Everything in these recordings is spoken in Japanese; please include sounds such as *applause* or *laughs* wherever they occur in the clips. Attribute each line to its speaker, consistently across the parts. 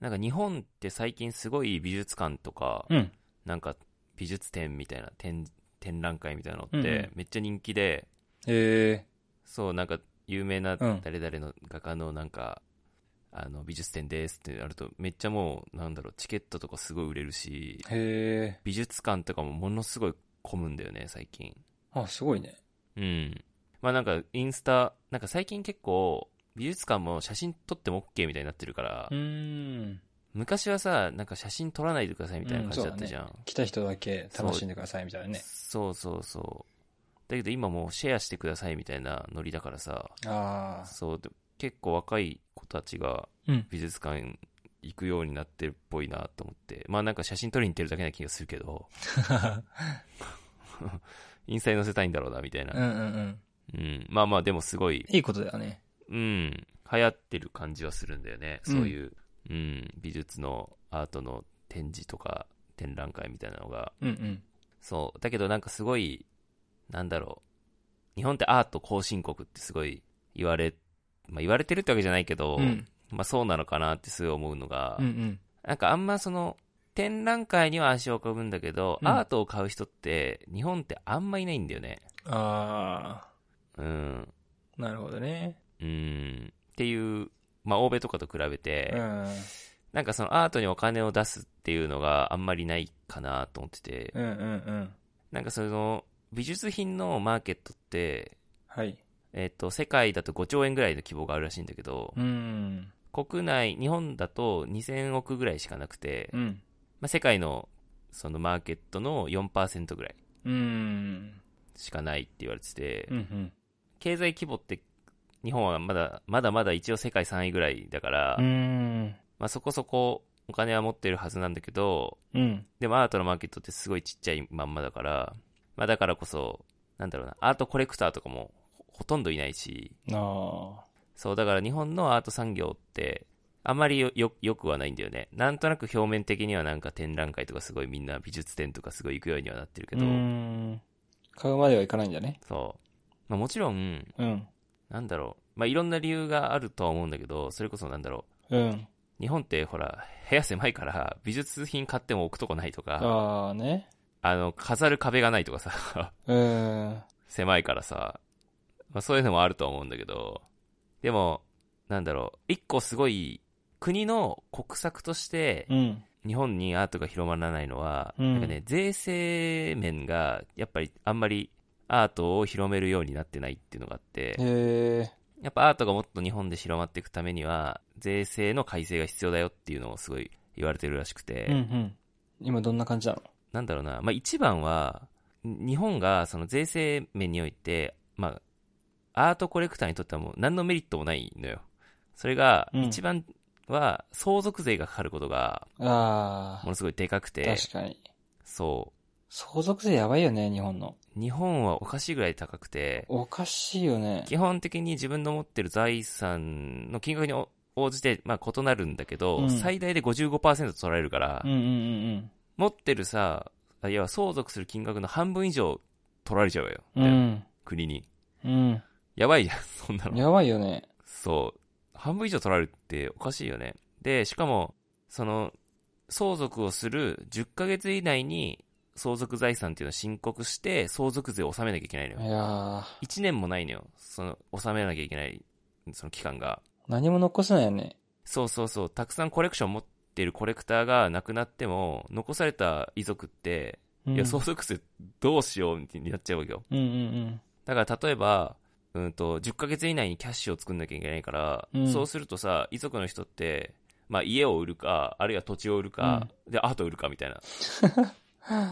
Speaker 1: なんか日本って最近すごい美術館とか、
Speaker 2: うん。
Speaker 1: なんか美術展みたいな展展覧会みたいなの
Speaker 2: う
Speaker 1: っ
Speaker 2: んう
Speaker 1: て
Speaker 2: ん
Speaker 1: めっちゃ人気で、
Speaker 2: え
Speaker 1: そうなんか有名な
Speaker 2: うん
Speaker 1: 誰々の画家のなんか、あの美術展ですってなるとめっちゃもうなんだろうチケットとかすごい売れるし
Speaker 2: ー、へ
Speaker 1: 美術館とかもものすごい混むんだよね最近
Speaker 2: ー。あ、すごいね。
Speaker 1: うんまあなんかインスタなんか最近結構美術館も写真撮っても OK みたいになってるから、
Speaker 2: うーん。
Speaker 1: 昔はさなんか写真撮らないでくださいみたいな感じだったじゃん、
Speaker 2: 来た人だけ楽しんでくださいみたいなね。
Speaker 1: そうそうそうだけど今もうシェアしてくださいみたいなノリだからさ
Speaker 2: ああ。
Speaker 1: そうで結構若い子たちが
Speaker 2: うん
Speaker 1: 美術館行くようになってるっぽいなと思って、まあなんか写真撮りに行ってるだけな気がするけ
Speaker 2: *laughs*
Speaker 1: どインスタに載せたいんだろうなみたいな、
Speaker 2: うんうん
Speaker 1: う
Speaker 2: うん。
Speaker 1: ん、まあまあでもすごい、
Speaker 2: いいことだよね。
Speaker 1: うん、流行ってる感じはするんだよね
Speaker 2: う
Speaker 1: そ
Speaker 2: ん
Speaker 1: ういう、うん美術のアートの展示とか展覧会みたいなのが
Speaker 2: うんうん。
Speaker 1: そうだけどなんかすごいなんだろう日本ってアート後進国ってすごい言われ、まあ、言われてるってわけじゃないけど、
Speaker 2: うん
Speaker 1: まあ、そうなのかなってすごい思うのが、
Speaker 2: うんうん。
Speaker 1: なんかあんまその展覧会には足を運ぶんだけど、
Speaker 2: うん
Speaker 1: アートを買う人って日本ってあんまいないんだよね
Speaker 2: あ
Speaker 1: うん
Speaker 2: あ。なるほどね。
Speaker 1: うんっていう、まあ、欧米とかと比べて、
Speaker 2: うん。
Speaker 1: なんかそのアートにお金を出すっていうのがあんまりないかなと思ってて、
Speaker 2: うんうんうん。
Speaker 1: なんかその美術品のマーケットって、
Speaker 2: はい。
Speaker 1: えっと世界だと5兆円ぐらいの規模があるらしいんだけど、
Speaker 2: うん。
Speaker 1: 国内日本だと2000億ぐらいしかなくて、
Speaker 2: うん。
Speaker 1: まあ、世界のそのマーケットの4%ぐらい
Speaker 2: うん。
Speaker 1: しかないって言われてて、
Speaker 2: うんうん。
Speaker 1: 経済規模って日本はまだまだまだ一応世界3位ぐらいだから、
Speaker 2: うん。
Speaker 1: まあ、そこそこお金は持ってるはずなんだけど
Speaker 2: うん。
Speaker 1: でもアートのマーケットってすごいちっちゃいまんまだから、まあ、だからこそなんだろうなアートコレクターとかもほほとんどいないし
Speaker 2: ああ。
Speaker 1: そうだから日本のアート産業ってあまりよよよくはないんだよねなんとなく表面的にはなんか展覧会とかすごいみんな美術展とかすごい行くようにはなってるけど、
Speaker 2: うん。買うまではいかないんだね。
Speaker 1: そう、まあ、もちろん
Speaker 2: うん。
Speaker 1: なんだろうまあいろんな理由があるとは思うんだけどそれこそなんだろ
Speaker 2: うん。
Speaker 1: う日本ってほら部屋狭いから美術品買っても置くとこないとか
Speaker 2: ああね。
Speaker 1: あの、飾る壁がないとかさ、 *laughs*
Speaker 2: うん。
Speaker 1: 狭いからさ、まあそういうのもあるとは思うんだけど、でも、なんだろう、一個すごい、国の国策として
Speaker 2: う、ん。
Speaker 1: 日本にアートが広まらないのは、
Speaker 2: うん
Speaker 1: なんかね、税制面が、やっぱりあんまりアートを広めるようになってないっていうのがあって、
Speaker 2: へえ。
Speaker 1: やっぱアートがもっと日本で広まっていくためには、税制の改正が必要だよっていうのをすごい言われてるらしくて、
Speaker 2: うんうん。今どんな感じなの
Speaker 1: なんだろうな、まあ、一番は、に日本がその税制面において、まあ、アートコレクターにとってはもう何のメリットもないのよ。それが、
Speaker 2: うん
Speaker 1: 一番は相続税がかかることが、
Speaker 2: あ
Speaker 1: ものすごいでかく
Speaker 2: あ。
Speaker 1: て、
Speaker 2: 確かに。
Speaker 1: そ
Speaker 2: 相続税やばいよね、日本の。
Speaker 1: う。日本はおかしいぐらい高くて、
Speaker 2: おかしいよね。
Speaker 1: 基本的に自分の持ってる財産の金額にお応じて、まあ、異なるんだけど、
Speaker 2: うん
Speaker 1: 最大で55%取られるから、
Speaker 2: うんうんうん
Speaker 1: 持ってるさ、あいや、相続する金額の半分以上取られちゃうわよ。
Speaker 2: うん。うん。
Speaker 1: 国に。
Speaker 2: うん。
Speaker 1: やばいじゃん、 *laughs* そんなの。
Speaker 2: やばいよね。
Speaker 1: そう。半分以上取られるっておかしいよね。で、しかも、その、相続をする10ヶ月以内に相続財産っていうのを申告して、相続税を納めなきゃいけない
Speaker 2: い
Speaker 1: のよ。
Speaker 2: やー。
Speaker 1: 1年もないのよ。その、納めなきゃいけない、その期間が。
Speaker 2: 何も残せないよね。
Speaker 1: そうそうそう。たくさんコレクション持ってるコレクターが亡くなっても、残された遺族って、
Speaker 2: うん、
Speaker 1: いや、相続税どうしようになっちゃうわけよ。
Speaker 2: うんうん
Speaker 1: だから例えば、うんと、10ヶ月以内にキャッシュを作んなきゃいけないから、
Speaker 2: うん
Speaker 1: そうするとさ、遺族の人って、まあ家を売るか、あるいは土地を売るか、で、アートを売るかみたい
Speaker 2: *laughs*
Speaker 1: な。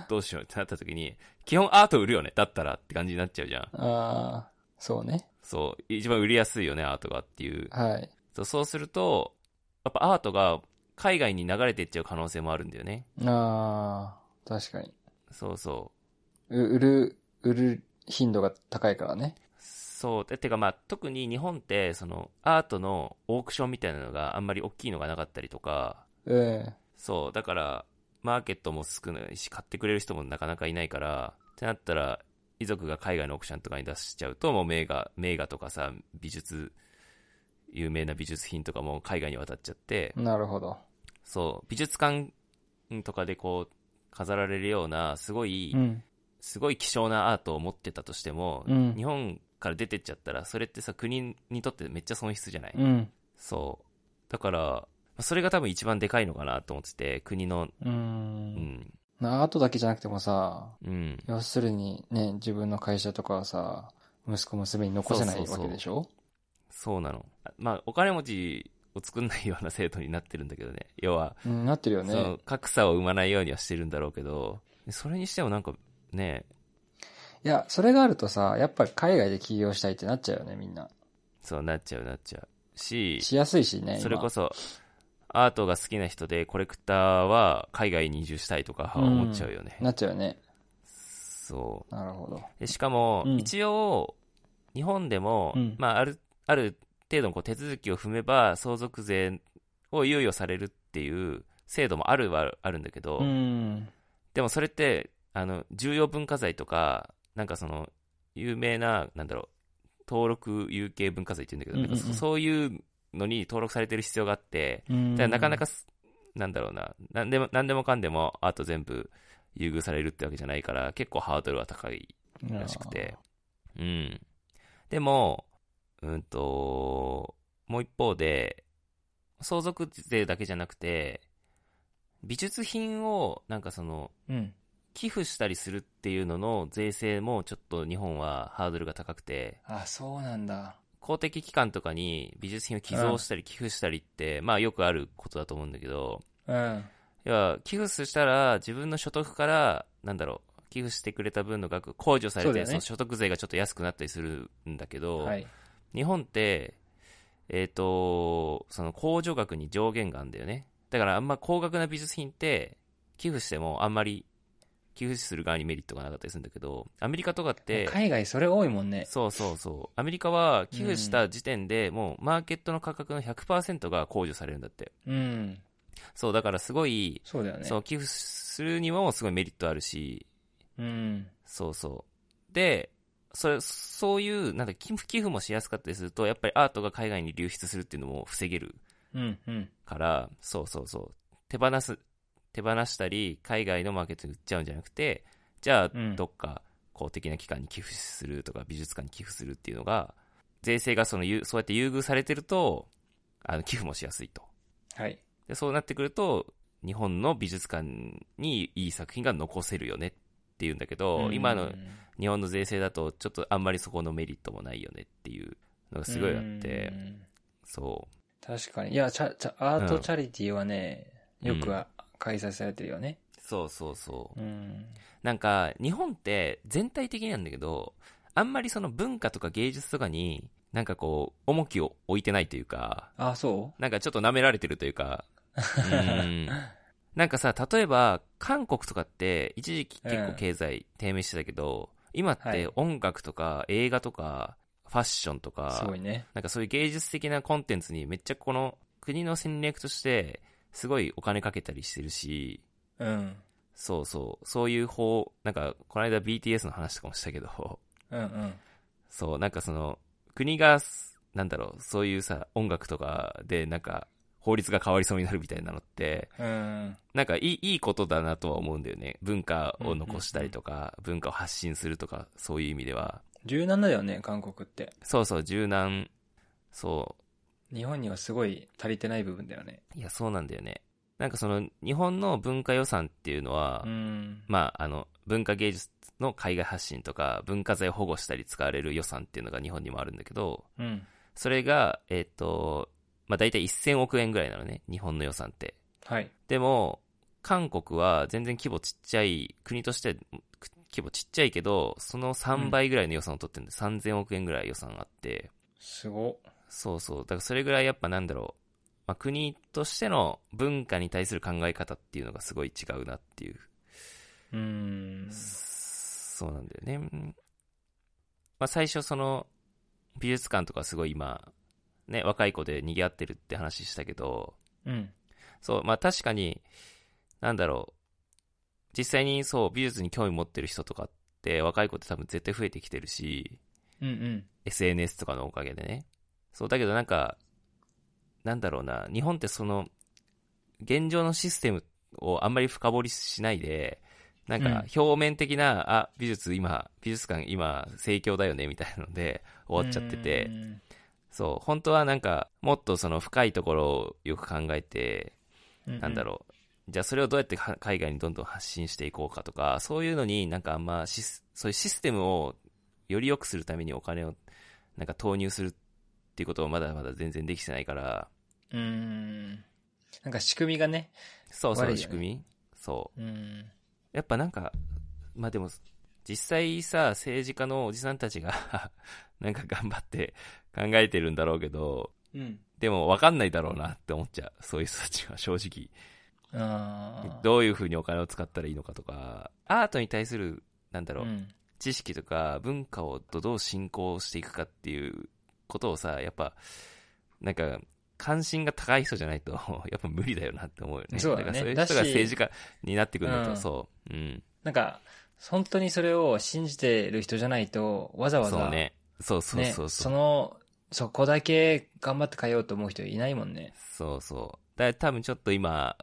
Speaker 1: どうしようってなった時に、基本アート売るよね、だったらって感じになっちゃうじゃん。
Speaker 2: うん。あー。そうね。
Speaker 1: そう、一番売りやすいよね、アートがっていう。
Speaker 2: はい。
Speaker 1: そうそうすると、やっぱアートが海外に流れていっちゃう可能性もあるんだよね。
Speaker 2: あー。確かに。
Speaker 1: そうそう。
Speaker 2: う売る、売る頻度が高いからね。
Speaker 1: そう。ててかまあ、特に日本って、その、アートのオークションみたいなのがあんまり大きいのがなかったりとか、
Speaker 2: うん。
Speaker 1: そう、だから、マーケットも少ないし、買ってくれる人もなかなかいないから、ってなったら、遺族が海外のオークションとかに出しちゃうと、もう名画、名画とかさ、美術、有名な美術品とかも海外に渡っちゃって、
Speaker 2: なるほど。
Speaker 1: そう、美術館とかでこう、飾られるような、すごい、
Speaker 2: うん。
Speaker 1: すごい希少なアートを持ってたとしても、
Speaker 2: うん
Speaker 1: 日本から出てっちゃったら、それってさ、国にとってめっちゃ損失じゃない、
Speaker 2: うん。
Speaker 1: そう。だから、まあそれが多分一番でかいのかなと思ってて、国の、
Speaker 2: う。
Speaker 1: うんん、
Speaker 2: アートだけじゃなくてもさ、
Speaker 1: うん、
Speaker 2: 要するにね、自分の会社とかはさ、息子娘に残せない
Speaker 1: そうそう
Speaker 2: わ
Speaker 1: そう
Speaker 2: けでしょ
Speaker 1: そうなの。あまあ、お金持ちを作んないような制度になってるんだけどね。要は、
Speaker 2: うん、なってるよ
Speaker 1: その
Speaker 2: ね。
Speaker 1: 格差を生まないようにはしてるんだろうけど、それにしてもなんかね、
Speaker 2: いや、それがあるとさ、やっぱり海外で起業したいってなっちゃうよね、みんな。
Speaker 1: そうなっちゃうなっちゃう。し、
Speaker 2: しやすいしね、
Speaker 1: それこ
Speaker 2: そ。
Speaker 1: そ、アートが好きな人でコレクターは海外に移住したいとかは思っちゃうよね。
Speaker 2: なっちゃうよね。
Speaker 1: そ
Speaker 2: なるほど。
Speaker 1: う。でしかも、
Speaker 2: うん
Speaker 1: 一応、日本でも、
Speaker 2: うん
Speaker 1: まあ、ある、ある程度のこう手続きを踏めば、相続税を猶予されるっていう制度もあるはあるんだけど、
Speaker 2: うん。
Speaker 1: でもそれって、あの、重要文化財とか、なんかその、有名な、なんだろう、登録有形文化財って言うんだけど、
Speaker 2: うんうんうん
Speaker 1: なんかそそういうのに登録されてる必要があって、だからなかなかす、なんだろうな、なんでも、なんでもかんでもアート全部優遇されるってわけじゃないから、結構ハードルは高い
Speaker 2: うん、
Speaker 1: らしくて。うん。でも、うんと、もう一方で、相続税だけじゃなくて、美術品を、なんかその、
Speaker 2: うん。
Speaker 1: 寄付したりするっていうのの税制もちょっと日本はハードルが高くて、
Speaker 2: あ、そうなんだ。
Speaker 1: 公的機関とかに美術品を寄贈したり寄付したりって、まあよくあることだと思うんだけど、
Speaker 2: うん。
Speaker 1: 要は寄付したら自分の所得から、なんだろう、寄付してくれた分の額控除され
Speaker 2: そう
Speaker 1: て、
Speaker 2: だよね
Speaker 1: その所得税がちょっと安くなったりするんだけど、
Speaker 2: はい。
Speaker 1: 日本って、えっ、と、その控除額に上限があるんだよね。だからあんま高額な美術品って、寄付してもあんまり、寄付する側にメリットがなかったりするんだけど、アメリカとかって、
Speaker 2: 海外それ多いもんね。
Speaker 1: そうそうそう、アメリカは寄付した時点でもうマーケットの価格の100%が控除されるんだって。
Speaker 2: うん。
Speaker 1: そう、だからすごい、
Speaker 2: そうだよね。
Speaker 1: そう、寄付するにもすごいメリットあるし、
Speaker 2: うん。
Speaker 1: そうそう。で、それ、そういう、なんだ、寄付寄付もしやすかったりすると、やっぱりアートが海外に流出するっていうのも防げる
Speaker 2: うん。うん。
Speaker 1: から、そうそうそう。手放す、手放したり、海外のマーケットに売っちゃうんじゃなくて、じゃあ
Speaker 2: う、ん
Speaker 1: どっか公的な機関に寄付するとか、美術館に寄付するっていうのが、税制がその、ゆそうやって優遇されてると、あの、寄付もしやすいと。
Speaker 2: はい。
Speaker 1: で、そうなってくると、日本の美術館にいい作品が残せるよねっていうんだけど、今の日本の税制だと、ちょっとあんまりそこのメリットもないよねっていうのがすごいあって
Speaker 2: う、ん
Speaker 1: そ
Speaker 2: 確かに。いや、チャ、チャ、アー
Speaker 1: う
Speaker 2: ト
Speaker 1: ん
Speaker 2: チャリティーはね、よくは開催されてるよね。
Speaker 1: う。そうそうそう。
Speaker 2: うん。
Speaker 1: なんか、日本って全体的になんだけど、あんまりその文化とか芸術とかに、なんかこう、重きを置いてないというか、
Speaker 2: あ、そ
Speaker 1: なんかちょっと舐められてるというか、うーんなんかさ、例えば、韓国とかって、一時期結
Speaker 2: う
Speaker 1: 構
Speaker 2: ん
Speaker 1: 低迷低迷してたけど、今っ
Speaker 2: はい
Speaker 1: て音楽とか映画とか、ファッションと
Speaker 2: うす
Speaker 1: か
Speaker 2: ご、いね。
Speaker 1: なんかそういう芸術的なコンテンツにめっちゃこの国の戦略として、すごいお金かけたりしてるし、
Speaker 2: うん。
Speaker 1: そうそう。そういう方、なんか、この間 BTS の話とかもしたけど、
Speaker 2: うんうん。
Speaker 1: そう、なんかその、国がす、なんだろう、そういうさ、音楽とかで、なんか、法律が変わりそうになるみたいなのって、
Speaker 2: うん。
Speaker 1: なんかいい、いいことだなとは思うんだよね。文化を残したりとか、文化を発信するとか、そういう意味では。
Speaker 2: 柔軟だよね、韓国って。
Speaker 1: そうそう、柔軟。そ
Speaker 2: 日本にはすごい足りてない部分だよね。
Speaker 1: う。いや、そうなんだよね。なんかその、日本の文化予算っていうのは、
Speaker 2: うん。
Speaker 1: まあ、あの、文化芸術の海外発信とか、文化財を保護したり使われる予算っていうのが日本にもあるんだけど、
Speaker 2: うん。
Speaker 1: それが、えっ、と、まあ、大体1000億円ぐらいなのね、日本の予算って。
Speaker 2: はい。
Speaker 1: でも、韓国は全然規模ちっちゃい、国としてはく規模ちっちゃいけど、その3倍ぐらいの予算を取ってるんで、3000億円ぐらい予算あって、
Speaker 2: すご。
Speaker 1: そうそう、だからそれぐらいやっぱなんだろう、まあ、国としての文化に対する考え方っていうのがすごい違うなっていう
Speaker 2: うん。
Speaker 1: そうなんだよね。うんまあ、最初その、美術館とかすごい今、ね、若い子で賑わってるって話したけど、
Speaker 2: うん。
Speaker 1: そう、まあ確かに、なんだろう、実際にそう、美術に興味持ってる人とかって、若い子って多分絶対増えてきてるし、
Speaker 2: うんうん。
Speaker 1: SNS とかのおかげでね。そう、だけどなんか、なんだろうな、日本ってその、現状のシステムをあんまり深掘りしないで、なん
Speaker 2: うん
Speaker 1: か表面的な、あ、美術今、美術館今、盛況だよね、みたいなので終わっちゃってて、
Speaker 2: うん
Speaker 1: そう、本当はなんか、もっとその深いところをよく考えて、なんだろう。じゃあそれをどうやってか海外にどんどん発信していこうかとか、そういうのになんかあんまシス、そういうシステムをより良くするためにお金をなんか投入するっていうことをまだまだ全然できてないから、
Speaker 2: うん。うん。なんか仕組みがね。
Speaker 1: そうそ
Speaker 2: 悪いよ
Speaker 1: う、
Speaker 2: ね
Speaker 1: 仕組み、そう。
Speaker 2: うん。
Speaker 1: やっぱなんか、まあでも、実際さ、政治家のおじさんたちが、 *laughs* なんか頑張って考えてるんだろうけど、
Speaker 2: うん。
Speaker 1: でも分かんないだろうなって思っちゃう。そういう人たちは正直。
Speaker 2: あ
Speaker 1: どういうふうにお金を使ったらいいのかとか、アートに対する、なんだ
Speaker 2: う
Speaker 1: ろう、
Speaker 2: ん。
Speaker 1: 知識とか文化をどう進行していくかっていうことをさ、やっぱ、なんか、関心が高い人じゃないと、 *laughs* やっぱ無理だよなって思うよね。
Speaker 2: そうだね
Speaker 1: からそういう
Speaker 2: だ
Speaker 1: 人
Speaker 2: し
Speaker 1: が政治家になってくるんだ
Speaker 2: うん
Speaker 1: と、そう。うん。
Speaker 2: なんか、本当にそれを信じてる人じゃないと、わざわざ、
Speaker 1: そうね。そうそう
Speaker 2: ね
Speaker 1: そうそ。
Speaker 2: そうの、そこだけ頑張って変えようと思う人いないもんね。
Speaker 1: そうそう。だから多分ちょっと今、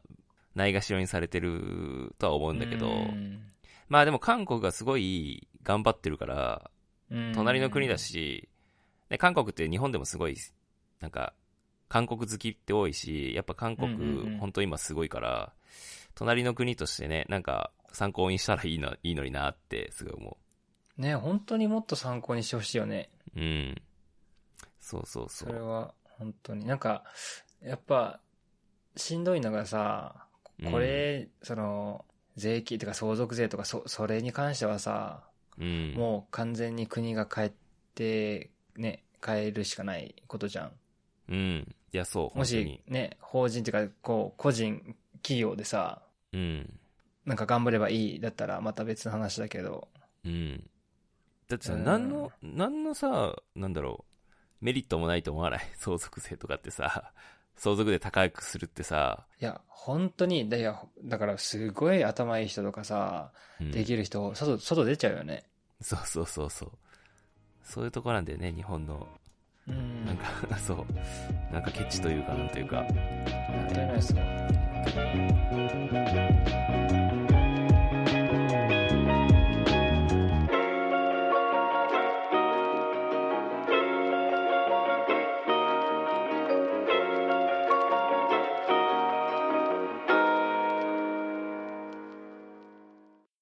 Speaker 1: ないがしろにされてるとは思うんだけど、
Speaker 2: うん
Speaker 1: まあでも韓国がすごい頑張ってるから、
Speaker 2: うん
Speaker 1: 隣の国だし、で韓国って日本でもすごい、なんか、韓国好きって多いし、やっぱ韓
Speaker 2: うんうんうん
Speaker 1: 国、本当今すごいから、隣の国としてね、なんか、参考にしたらいいのいいのになって、すごい思
Speaker 2: ね、本当にもっと参考にしてほしいよね。
Speaker 1: う。うん。そうそうそ
Speaker 2: それ
Speaker 1: う。
Speaker 2: は、本当に。なんか、やっぱ、しんどいのがさ、これ、その、税金とか相続税とか、そ、それに関してはさ、
Speaker 1: うん、うん、
Speaker 2: もう完全に国が変えて、ね、変えるしかないことじゃん。
Speaker 1: うん。いや、そう、
Speaker 2: も
Speaker 1: 本当に
Speaker 2: し。ね、法人っていうか、こう、個人、企業でさ、
Speaker 1: うん。
Speaker 2: なんか頑張ればいいだったらまた別の話だけど。
Speaker 1: うん。だってさ、
Speaker 2: うん
Speaker 1: 何の、何のさ、なんだろう、メリットもないと思わない *laughs* 相続税とかってさ、相続税高くするってさ、
Speaker 2: いや、本当に、だいや、だからすごい頭いい人とかさ、
Speaker 1: うん
Speaker 2: できる人、外、外出ちゃうよね。
Speaker 1: そうそうそうそう。そういうとこなんだよね、日本の。
Speaker 2: うん。
Speaker 1: なんか、 *laughs* そう。なんかケチというか、なんというか。
Speaker 2: 本当にないっすわ。
Speaker 1: はい